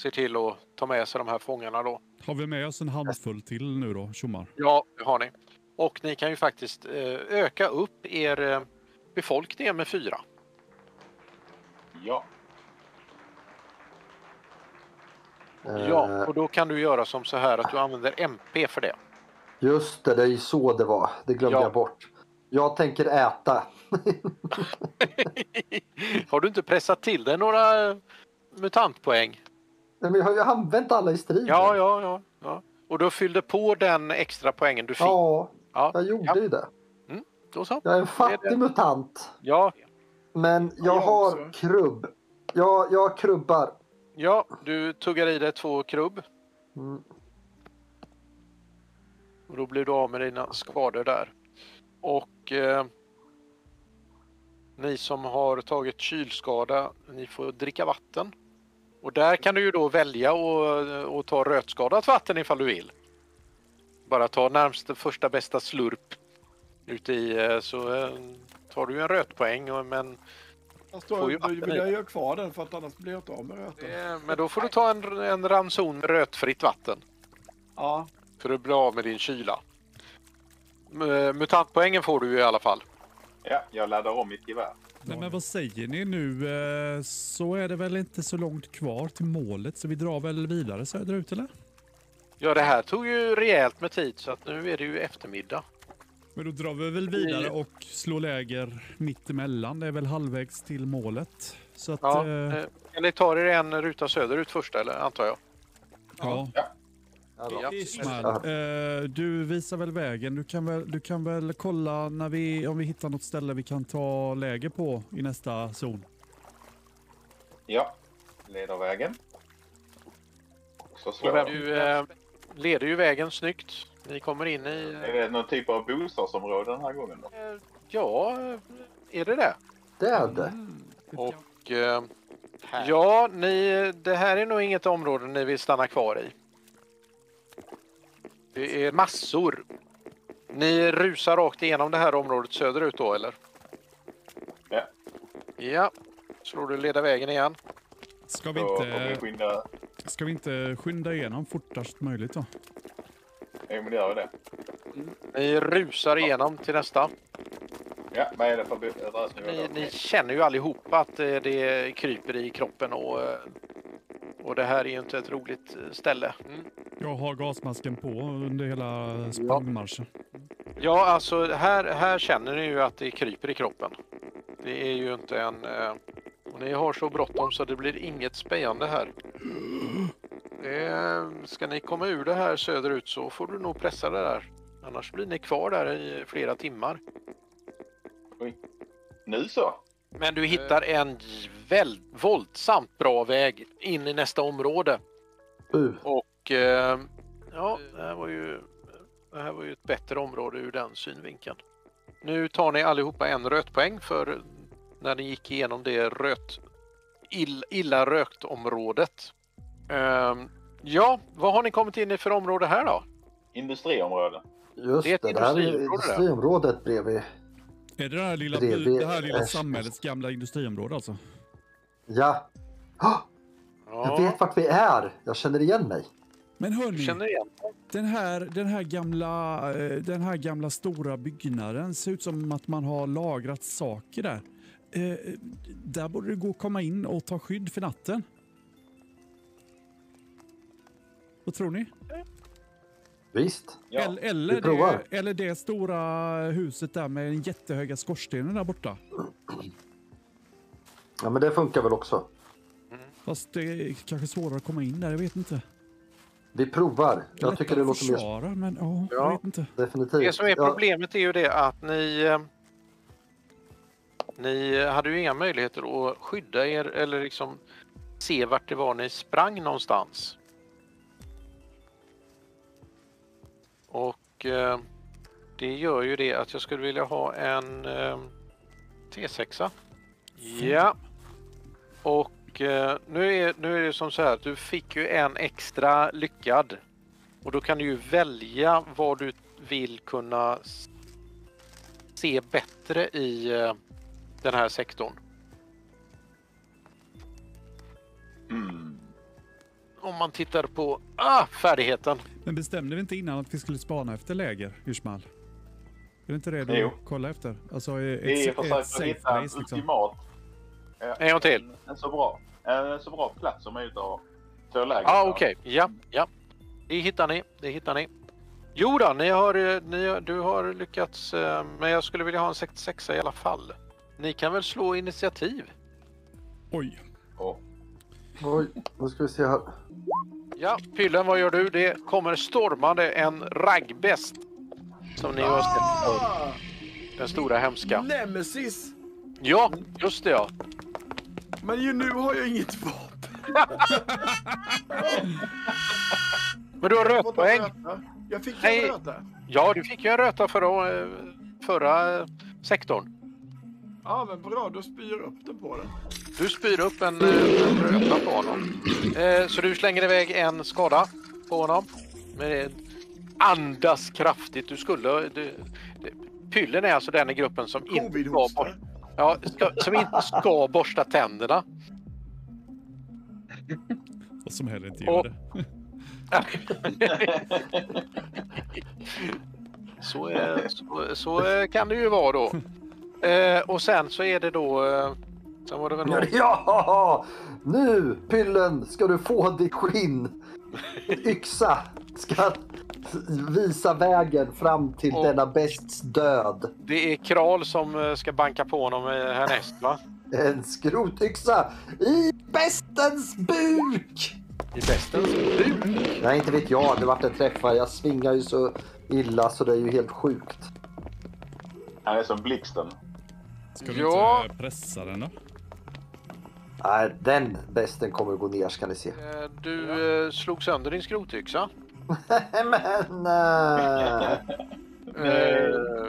ser till att ta med sig de här fångarna då.
Har vi med oss en handfull till nu då, tjommar?
Ja, det har ni. Och ni kan ju faktiskt eh, öka upp er eh, befolkning med fyra.
Ja.
Eh,
Ja, och då kan du göra som så här att du använder MP för det.
Just det, det är ju så det var. Det glömde
Ja.
jag bort. Jag tänker äta.
har du inte pressat till dig några eh, mutantpoäng?
Mm. Men jag har ju använt alla i striden.
Ja, ja, ja. ja. Och du fyllde på den extra poängen du fick.
Ja,
Ja,
jag gjorde
Ja.
ju det.
då så.
Jag är en
Det är
fattig
det.
mutant.
Ja,
Men jag
jag
har
också.
krubb. Ja, jag krubbar.
ja, du tuggar i dig två krubb.
Mm.
Och då blir du av med dina skador där. Och eh, ni som har tagit kylskada, ni får dricka vatten. Och där kan du ju då välja att att ta rötskadat vatten ifall du vill. Bara ta närmst första bästa slurp ute i eh, så eh, tar du ju en rötpoäng och- men
Fast
Får
då
ju vatten
vill
i.
jag ju ha kvar den för att annars blir jag inte av med
Det
röten.
är- eh, Men då får du ta en, en ranson med rötfritt vatten
Ja,
för att bli av med din kyla. M- Mutantpoängen får du ju i alla fall.
Ja, jag laddar om mitt gevär.
Nej, men vad säger ni nu? Eh, Så är det väl inte så långt kvar till målet så vi drar väl vidare söderut eller?
Ja, det här tog ju rejält med tid så att nu är det ju eftermiddag.
Men då drar vi väl vidare och slår läger mitt emellan. Det är väl halvvägs till målet. Så att,
Ja,
eh,
eh, eller tar er en ruta söderut först, eller antar jag?
ja.
Ja, då.
Ja.
Ismail, eh, du visar väl vägen. Du kan väl, du kan väl kolla när vi, om vi hittar något ställe vi kan ta läger på i nästa zon.
Ja, leder vägen. Och så slår jag.
Du eh, leder ju vägen snyggt. Ni kommer in i...
Är det någon typ av bostadsområde den här gången då?
eh, Ja, är det det?
Det är det.
Och... Eh, ja, ni, det här är nog inget område ni vill stanna kvar i. Det är massor. Ni rusar rakt igenom det här området söderut då, eller?
Ja.
Ja. Slår du leda vägen igen?
Ska vi
Då får vi
inte,
skynda.
ska vi inte skynda igenom fortast möjligt då?
Jo, men det gör vi det.
Ni rusar igenom till nästa.
Ja, vad är det för bo-
Ni,
adressnivå?
ni känner ju allihopa att eh, det kryper i kroppen och, eh, och det här är ju inte ett roligt eh, ställe.
Jag har gasmasken på under hela språngmarschen.
Ja, alltså här, här känner ni ju att det kryper i kroppen. Det är ju inte en... eh, Och ni har så bråttom så det blir inget spejande här. Eh, Ska ni komma ur det här söderut så får du nog pressa det där. Annars blir ni kvar där i flera timmar.
Nu så.
Men du hittar en väl, våldsamt bra väg in i nästa område. Mm.
Bu.
Och eh, ja, det här, var ju, det här var ju ett bättre område ur den synvinkeln. Nu tar ni allihopa en rötpoäng för när ni gick igenom det röt, ill, illa rökt området. Ehm, ja, vad har ni kommit in i för område här då?
Industriområde.
Just
Det är
det,
ett
det här är ju
industriområde.
industriområdet bredvid.
Är det det här lilla,
Det-
by-
det-
det här lilla
eh,
samhällets gamla industriområde alltså?
Ja. Åh, jag
Ja,
vet vart vi är. Jag känner igen mig.
Men
du
hörni,
känner igen.
den här, den, här gamla, eh, den här gamla stora byggnaden ser ut som att man har lagrat saker där. Eh, Där borde det gå att komma in och ta skydd för natten. Vad tror ni?
Visst.
Ja.
Eller, eller,
vi provar.
det, eller det stora huset där med den jättehöga skorstenen där borta.
Ja, men det funkar väl också.
Fast det är kanske svårare att komma in där, jag vet inte.
Vi provar. Jag tycker det
Lättare att
låter mer
försvara, men ja, jag
Ja.
vet inte.
definitivt.
Det som är
Ja,
problemet är ju det att ni eh, ni hade ju inga möjligheter att skydda er eller liksom se vart det var ni sprang någonstans. Och eh, det gör ju det att jag skulle vilja ha en eh, T6. Ja. Och eh, nu är, nu är det som så här att du fick ju en extra lyckad. Och då kan du ju välja vad du vill kunna s- se bättre i eh, den här sektorn.
Mm.
Om man tittar på ah, färdigheten.
Men bestämde vi inte innan att vi skulle spana efter läger, Ismail? Är det inte det du
Jo.
kollar efter? Alltså, ett,
Vi
ett,
försöker
ett
att
safe
hitta en
place liksom.
ultimat... eh,
En gång till.
En, en, så bra, en så bra plats som möjligt att ha. Två läger.
Ja, ah, okej. Ja, ja. Det hittar ni. Det hittar ni. Jo då, ni har, eh, ni, har- du har lyckats. eh, Men jag skulle vilja ha en 66 i alla fall. Ni kan väl slå initiativ?
Oj,
Och-
Oj, nu ska vi se här.
Ja, Pyllen, vad gör du? Det kommer stormande en raggbest. Som ni har sett förr.
Ah,
Den stora hemska.
Nemesis!
Ja, just det ja.
Men ju nu har jag inget vapen.
Men du har rötpoäng.
Jag fick
Nej.
en röta.
Ja, du fick ju en röta förra, eh, förra eh, sektorn.
Ja, men bra. Då spyr jag upp den på den.
Du spyr upp en eh, en röta på honom. Eh, Så du slänger iväg en skada på honom. Men eh, andas kraftigt. Du skulle... Du, det- eh, Pyllen är alltså den i gruppen som inte var
Covid-hosta.
bort- Ja, ska, som inte ska borsta tänderna.
Och som heller inte
Och-
gör det.
Så, eh, så, så eh, kan det ju vara då. Eh, och sen så är det då... Eh, sen var det väl någon...
Ja! Nu Pyllen ska du få ditt skinn. En Yxa ska visa vägen fram till
Och-
denna bests död.
Det är Kral som eh, ska banka på honom eh, härnäst va?
En skrotyxa i bestens buk!
I bästens bur.
Nej, inte vet jag. Det vart en träff. va? Jag svingar ju så illa så det är ju helt sjukt.
Han är som blixten.
Ska du
Ja.
inte eh, pressa den då?
Nej, den besten kommer att gå ner ska ni se.
Eh, Du eh, slog sönder din skrotyxa.
Men... eh,
Nej.
Eh,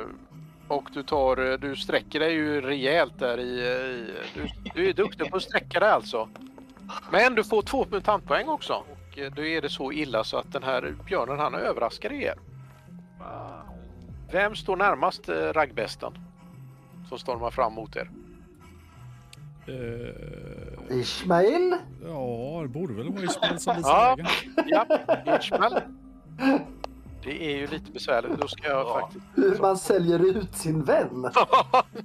och du tar... eh, Du sträcker dig ju rejält där i... eh, i du, du är duktig på att sträcka dig alltså. Men du får två mutantpoäng också. Och eh, då är det så illa så att den här björnen han överraskar er. Vem står närmast eh, raggbesten? Som stormar fram mot er.
Eh,
Ismail?
ja, det borde väl vara Ismael som visar
Ja.
vägen.
Ja, Hirschman. Det är ju lite besvärligt. Då ska jag
Ja.
faktiskt...
Hur man säljer ut sin vän?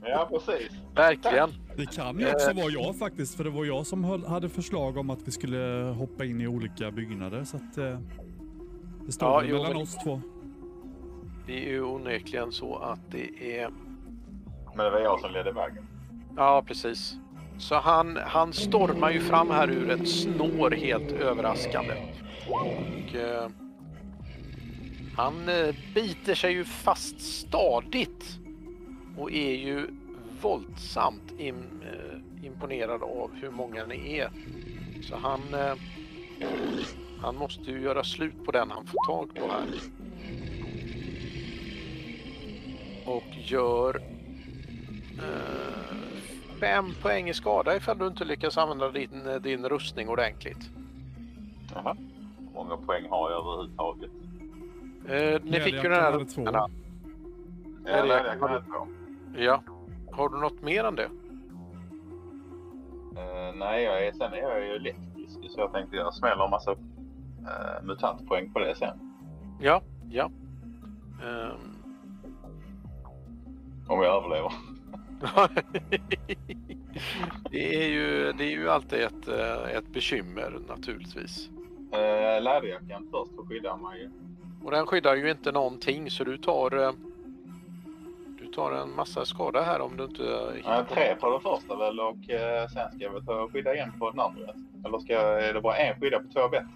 Ja, precis.
Verkligen.
Det kan ju
Eh.
också vara jag faktiskt, för det var jag som höll, hade förslag om att vi skulle hoppa in i olika byggnader. Så att, eh, det står
Ja,
väl
jo,
mellan
men-
oss två.
Det är ju onekligen så att det är...
Men det var jag som ledde vägen.
Ja, precis. Så han, han stormar ju fram här ur ett snår helt överraskande. Och... Eh, han eh, biter sig ju fast stadigt. Och är ju våldsamt im, eh, imponerad av hur många ni är. Så han... Eh, han måste ju göra slut på den han får tag på här. Och gör Eh, Fem poäng i skada ifall du inte lyckas använda din, eh, din rustning ordentligt.
Jaha. Hur många poäng har jag överhuvudtaget?
Eh, ni
Glädje
fick ju
att
den
jag
här...
hade två.
Ja.
Ja,
är
det hade
jag.
jag kunnat få.
Ja. Har du något mer än det?
Eh, nej, jag är, sen är jag ju elektrisk så jag tänkte jag smäller en massa uh, mutantpoäng på det sen.
Ja, ja. Ehm,
Om jag överlever.
det, är ju, det är ju alltid ett, eh, ett bekymmer naturligtvis.
Uh, Läderjackan först för att skydda mig.
Och den skyddar ju inte någonting så du tar... eh, Du tar en massa skada här om du inte hittar
Uh,
på
tre på den första väl och eh, sen ska jag väl ta och skydda en på den andra. Eller ska jag, är det bara en skydda på två bett?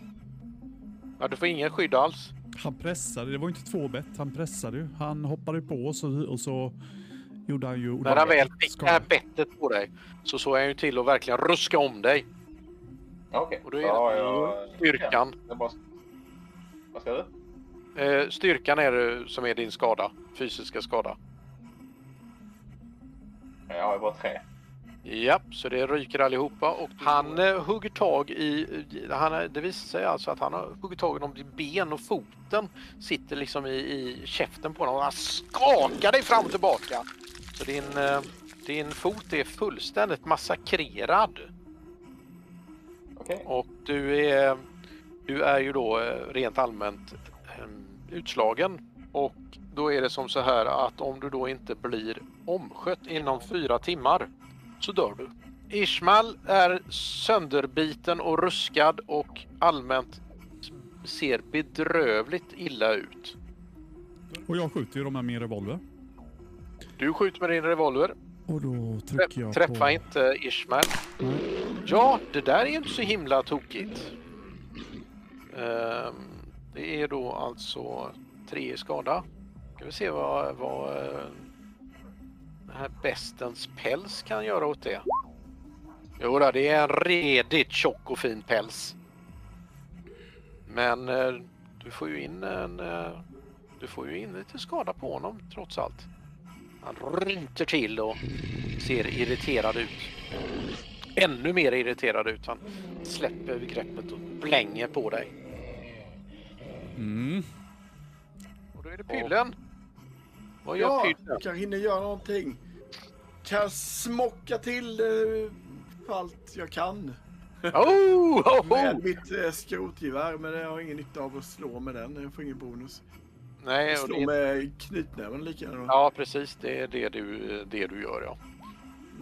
Ja, du får ingen skydd alls.
Han pressade, det var ju inte två bett, han pressade ju. Han hoppade ju på oss och, och så gjorde han ju...
När han väl fick det här
skada.
bettet på dig så såg han ju till att verkligen ruska om dig.
Okej.
Och då är
så
det
har jag-
Styrkan.
Det är bara... Vad ska du?
Eh, styrkan är det som är din skada. Fysiska skada.
Jag har ju bara tre.
Ja, så det ryker allihopa. Och han eh, hugger tag i... i- Han, har- det visar sig alltså att han har huggit tag i om ditt ben och foten sitter liksom i, i käften på honom. Och Han skakar dig fram och tillbaka. Så din, eh, din fot är fullständigt massakrerad.
Okej.
Och du är, du är ju då eh, rent allmänt eh, utslagen. Och då är det som så här att om du då inte blir omskött inom fyra timmar så dör du. Ishmael är sönderbiten och ruskad och allmänt ser bedrövligt illa ut.
Och jag skjuter ju dem med min revolver.
Du skjuter med din revolver.
Och då trycker
Trä-
jag
Träffa
på...
inte Ishmael. Ja, det där är ju inte så himla tokigt. Ehm, det är då alltså tre i skada. Ska vi se vad, vad eh, den här bestens päls kan göra åt det. Jo, då, det är en redigt tjock och fin päls. Men eh, du får ju in en... eh, Du får ju in lite skada på honom trots allt. Han ryter till och ser irriterad ut. Ännu mer irriterad ut. Han släpper greppet och blänger på dig.
Mm.
Och då är det Pyllen. Vad gör
Ja,
Pyllen?
jag kanske hinner göra någonting. Kan jag smocka till eh, på allt jag kan?
Oh, oh, oh.
Med mitt eh, skrotgevär, men jag har ingen nytta av att slå med den. Jag får ingen bonus.
Nej,
Jag
och
slår
det,
med knytnäven lika gärna. då.
ja, precis. Det är det du, det du gör, ja.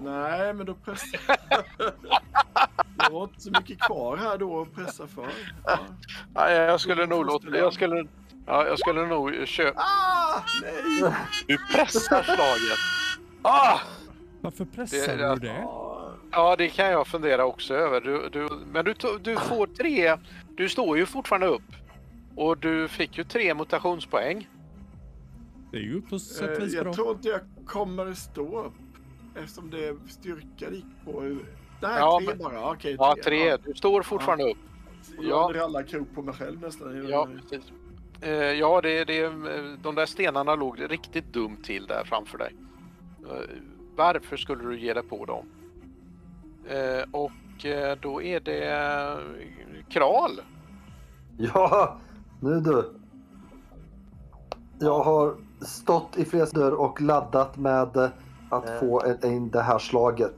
Nej, men då pressar jag. har inte så mycket kvar här då att pressa för. Ja.
Nej, jag skulle nog låta... Jag skulle, ja, jag skulle nog köpa...
Ah, nej!
Du pressar slaget! Ah!
Varför pressar
Det-
du det?
Ah,
Ja, det kan jag fundera också över. Du, du, men du, to- du får tre... Du står ju fortfarande upp. Och du fick ju tre mutationspoäng.
Det är ju på sätt och
eh,
vis bra.
jag tror inte jag kommer stå upp eftersom det är styrka det gick på. Det här är
Ja,
tre
men-
bara. Okej,
Ja, tre. Du står fortfarande upp. Ja.
Jag rallar krok på mig själv nästan.
Ja, precis. Eh, Ja, det, det, eh, de där stenarna låg riktigt dumt till där framför dig. Eh, Varför skulle du ge dig på dem? Eh, Och eh, då är det eh, Kral.
Ja, nu du. Jag har stått i flera stunder och laddat med eh, att få ett, in det här slaget.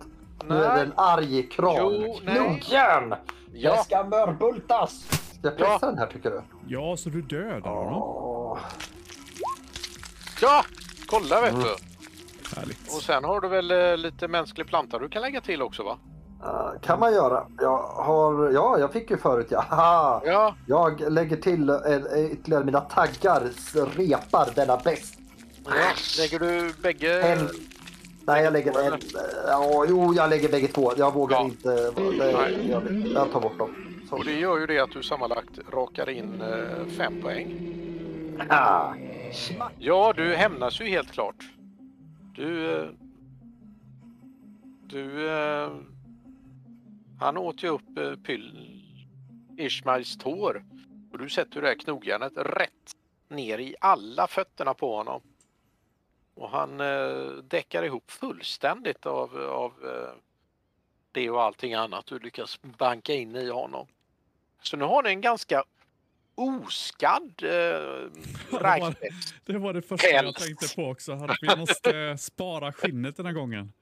Nu är det en arg kran.
Jo, nej.
Knogjärn!
Ja,
ska mörbultas! Ska jag pressa
Ja.
den här tycker du?
Ja, så du dödar honom.
Åh,
ja, kolla vet
Mm.
du. Och
Härligt.
sen har du väl eh, lite mänsklig planta du kan lägga till också va?
eh, kan man göra. Jag har... Ja, jag fick ju förut ja. Haha.
Ja,
Jag lägger till eh, ytterligare mina taggar s- repar denna bäst.
ja. lägger du bägge...
En. Nej, jag lägger en. Ja, jo, jag lägger bägge två. Jag vågar
Ja.
inte. Det,
Nej.
jag, jag tar bort dem. Så.
Och det gör ju det att du sammanlagt rakar in eh, fem poäng.
Ah.
Ja, du hämnas ju helt klart. Du... eh, Du... eh, Han åt ju upp eh, pyll... Ishmaels tår. Och du sätter det här knogjärnet rätt ner i alla fötterna på honom. Och han eh, däckar ihop fullständigt av, av eh, det och allting annat du lyckas banka in i honom. Så nu har ni en ganska oskadd eh, Reichsbeck.
Det var det första jag
Helst.
tänkte på också. Att vi måste eh, spara skinnet den här gången.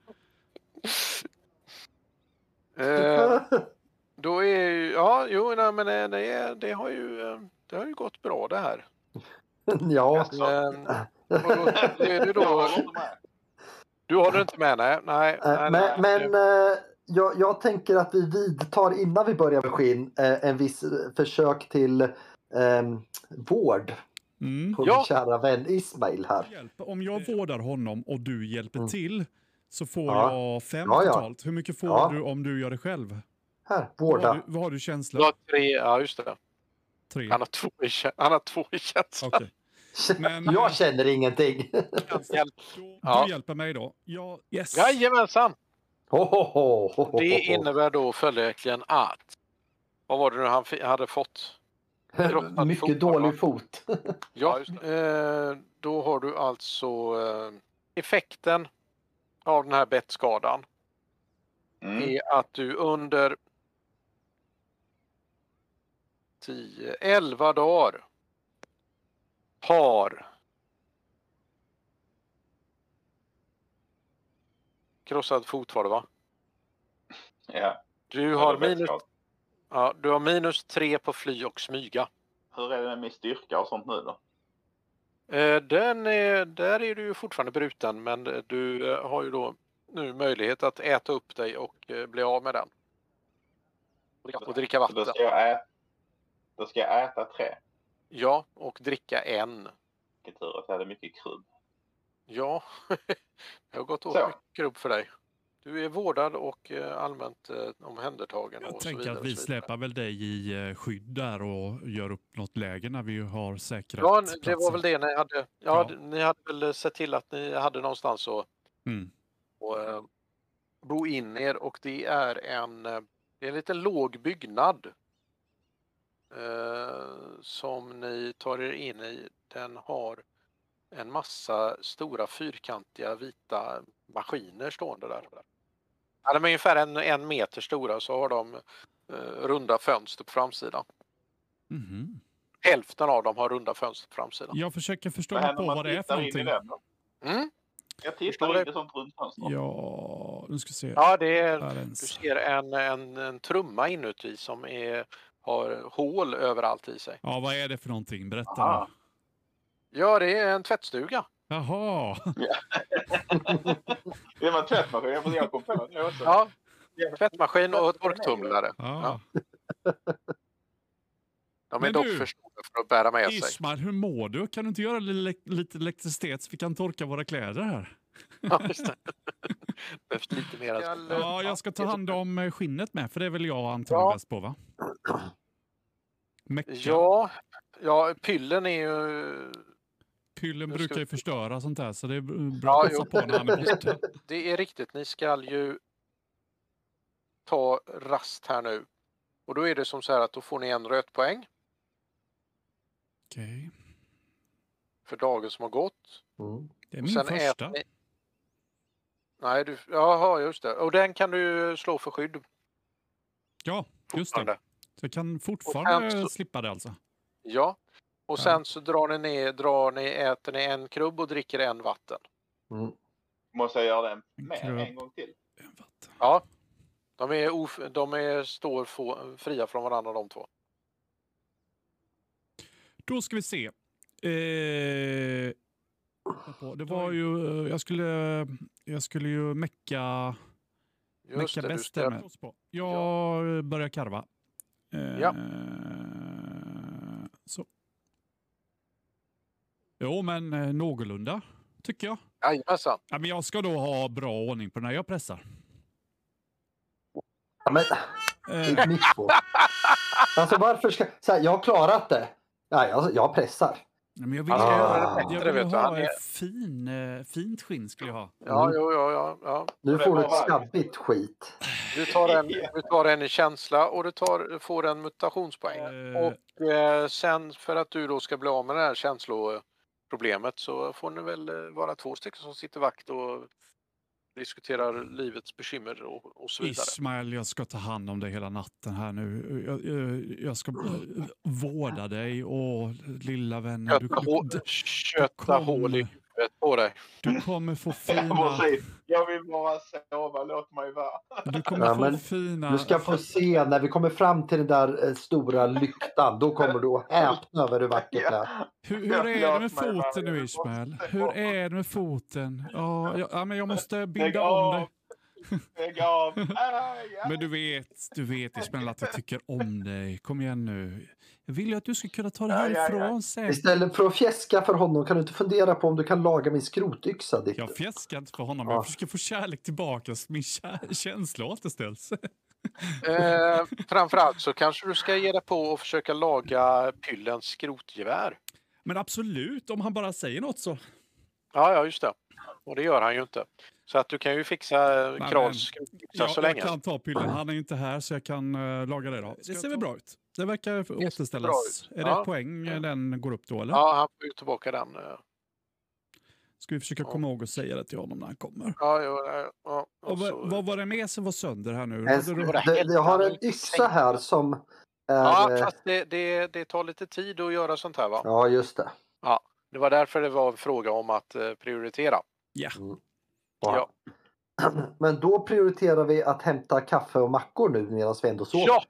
Eh, då är ju, ja, jo, nej, men det, det, är, det, har ju, eh, det har ju gått bra det här.
ja.
Jaså?
Eh, och då, det är det då, du håller inte med? Nej, nej. nej,
Eh,
nej.
Men, men eh, jag, jag tänker att vi vidtar innan vi börjar med skinn eh, en viss eh, försök till eh, vård
Mm.
på
Ja.
min kära vän Ismail här.
Hjälp. Om jag vårdar honom och du hjälper
Mm.
till så får
Ja.
jag fem
Ja, ja.
totalt. Hur mycket får
Ja.
du om du gör det själv?
Här,
Vad har
vårda.
du, vad har du känsla?
Du har tre, ja just det.
Tre.
Han har två i, kä- han har två i känslan.
Okej. Men-
Jag känner ingenting.
Då-
Ja.
Du hjälper mig då. Ja, yes.
Jajamensan!
Ho, ho, ho, ho, ho,
Det
ho.
innebär då följaktligen att... Vad var det nu han fi- hade fått? kroppad fot,
Mycket dålig fot.
Ja, eh, då har du alltså eh, effekten av den här bettskadan.
Mm.
är att du under 10, 11 dagar har krossad fot var det va?
Ja.
Du
Ja,
har,
det är
minus,
bättre.
ja, du har minus 3 på fly och smyga.
Hur är det med min styrka och sånt nu då?
Eh, Den är, där är du ju fortfarande bruten men eh, du eh, har ju då nu möjlighet att äta upp dig och eh, bli av med den. Och dricka
Så då
vatten.
ska jag äta, då ska jag äta tre.
Ja, och dricka en.
Vilken tur att jag hade mycket krubb.
Ja, det har gått åt
Så.
mycket krubb för dig. Du är vårdad och eh, allmänt eh, omhändertagen
Jag
och så
tänker
vidare.
att
och
vi
så vidare.
släpar väl dig i eh, skydd där och gör upp något läger när vi har säkrat
Ja, det var
platsen.
väl det ni hade. Ja,
Ja.
ni hade väl sett till att ni hade någonstans att
Mm.
och, eh, bo in er och det är en, eh, det är en liten låg byggnad eh, som ni tar er in i. Den har en massa stora fyrkantiga vita maskiner stående där. Ja, de är ungefär en, en meter stora och så har de eh, runda fönster på framsidan.
Mhm.
Hälften av dem har runda fönster på framsidan.
Jag försöker förstå
Vad
mig
händer
på
om man
vad det är för
tittar in i
någonting.
den då?
Mm.
Jag
Förstår
tittar
du?
lite sånt runt fönstret.
Ja, nu ska vi se.
Ja, det är,
Där
du
ens.
ser en, en, en trumma inuti som är, har hål överallt i sig.
Ja, vad är det för någonting? Berätta.
Aha.
nu.
Ja, det är en tvättstuga.
Jaha.
Det var en tvättmaskin. Jag får- Jag kom på det nu också.
Ja, tvättmaskin och torktumlare.
Ja.
De är
Men
dock
du,
för stora för att bära med sig.
Ismail, hur mår du? Kan du inte göra lite, lite elektricitet så vi kan torka våra kläder här?
Ja, just det. Behövs lite mer.
Skall-
Ja, jag ska ta hand om eh, skinnet med, för det är väl jag antagligen
Ja.
bäst på, va? Mecka.
Ja, ja, pillen är ju...
Pyllen
Nu ska
brukar ju
vi-
förstöra sånt där, så det är bra
Ja,
att
jo.
passa på när han är borta.
Det är riktigt, ni skall ju ta rast här nu. Och då är det som så här att då får ni en röd poäng
Okej.
för dagen som har gått.
Mm.
Det är
Och
min första.
äter ni... Nej, du... Jaha, just det. Och den kan du ju slå för skydd
Ja, just det.
fortfarande.
Så jag kan fortfarande
sen så-
slippa det alltså.
Ja. Och
Ja.
sen så drar ni ner, drar ni, äter ni en krubb och dricker en vatten.
Mm.
Måste jag göra den
Krubb.
med en gång till?
En vatten.
De, är of, de är, står få, fria från varandra de två.
Då ska vi se. Eh, det var ju... eh, Jag skulle, jag skulle ju mecka...
Just
Mecka
det, du
bäst
ska-
där med. Jag börjar karva. Eh,
Ja.
Så. Jo, men eh, någorlunda, tycker jag.
Jajamensan.
Ja, men jag ska då ha bra ordning på när jag pressar.
Ja, men, det
Eh,
är mitt på. Alltså varför ska... Så här, jag har klarat det. Ja, jag, jag pressar.
men jag vill,
Han ska
göra det
jag
bättre,
vill
vet du.
ha
Han är-
ett fin, eh, fint skinn. Skulle jag ha.
Ja,
Mm.
jo, ja, ja, ja.
Nu
Det
får du
var
ett
varmt.
skabbigt skit.
Du tar en, du tar en i känsla och du tar, får en mutationspoäng.
Eh,
Och eh, sen för att du då ska bli av med det här känsloproblemet så får ni väl eh, vara två stycken som sitter vakt och diskuterar livets bekymmer och, och så vidare.
Ismail, jag ska ta hand om dig hela natten här nu. Jag, jag, jag ska eh, vårda dig. Åh, lilla vännen. Du,
Köta, hå-
du,
köta hål i huvudet på dig.
du kommer få
Jag,
fina...
måste, jag vill bara sova. Låt mig vara.
Du kommer
Ja,
få
men
fina...
Du ska få se när vi kommer fram till den där eh, stora lyktan. Då kommer du att häpna över hur vackert det är.
Hur,
Jag
hur är det med
förlåt mig, men
foten nu,
jag
Ismael?
måste
Hur
vara-
är det med foten? Ja, jag, ja, men jag måste
Lägg
binda om
av!
dig.
Lägg av! Ah, Aj, aj.
Men du vet, du vet Ismael att jag tycker om dig. Kom igen nu. Jag vill ju att du ska kunna ta det
Ja, ja, ja.
härifrån sen.
Istället för att fjäska för honom kan du inte fundera på om du kan laga min skrotyxa ditt.
Jag fjäskar inte för honom.
Ja.
Jag försöker få kärlek tillbaka så min kär, känsla återställs.
Eh, framförallt så kanske du ska ge dig på och försöka laga pyllens skrotgevär.
Men absolut, om han bara säger något så.
Ja, ja, just det. Och det gör han ju inte. Så att du kan ju fixa eh,
men-
Krahls skrotyxa
Jag,
så
jag
länge.
kan ta pillen. Han är ju inte här så jag kan eh, laga det då. Det ser väl bra ut. Det verkar
bra
återställas.
ut.
Är det
Ja.
ett poäng eh, den går upp då eller?
Ja, han får ju tillbaka den. eh.
Ska vi försöka
Ja.
komma ihåg att säga det till honom när han kommer.
Ja, jo, ja, ja, och
Och vad,
så-
vad var det mer som var sönder här nu?
En-
Hade du-
det-
Eh, det- Jag har en yxa här som
ja,
är... eh,
fast det, det, det tar lite tid att göra sånt här va?
Ja, just det.
Det var därför det var en fråga om att eh, prioritera.
Ja. Men då prioriterar vi att hämta kaffe och mackor nu medan vi ändå sover.
Ja,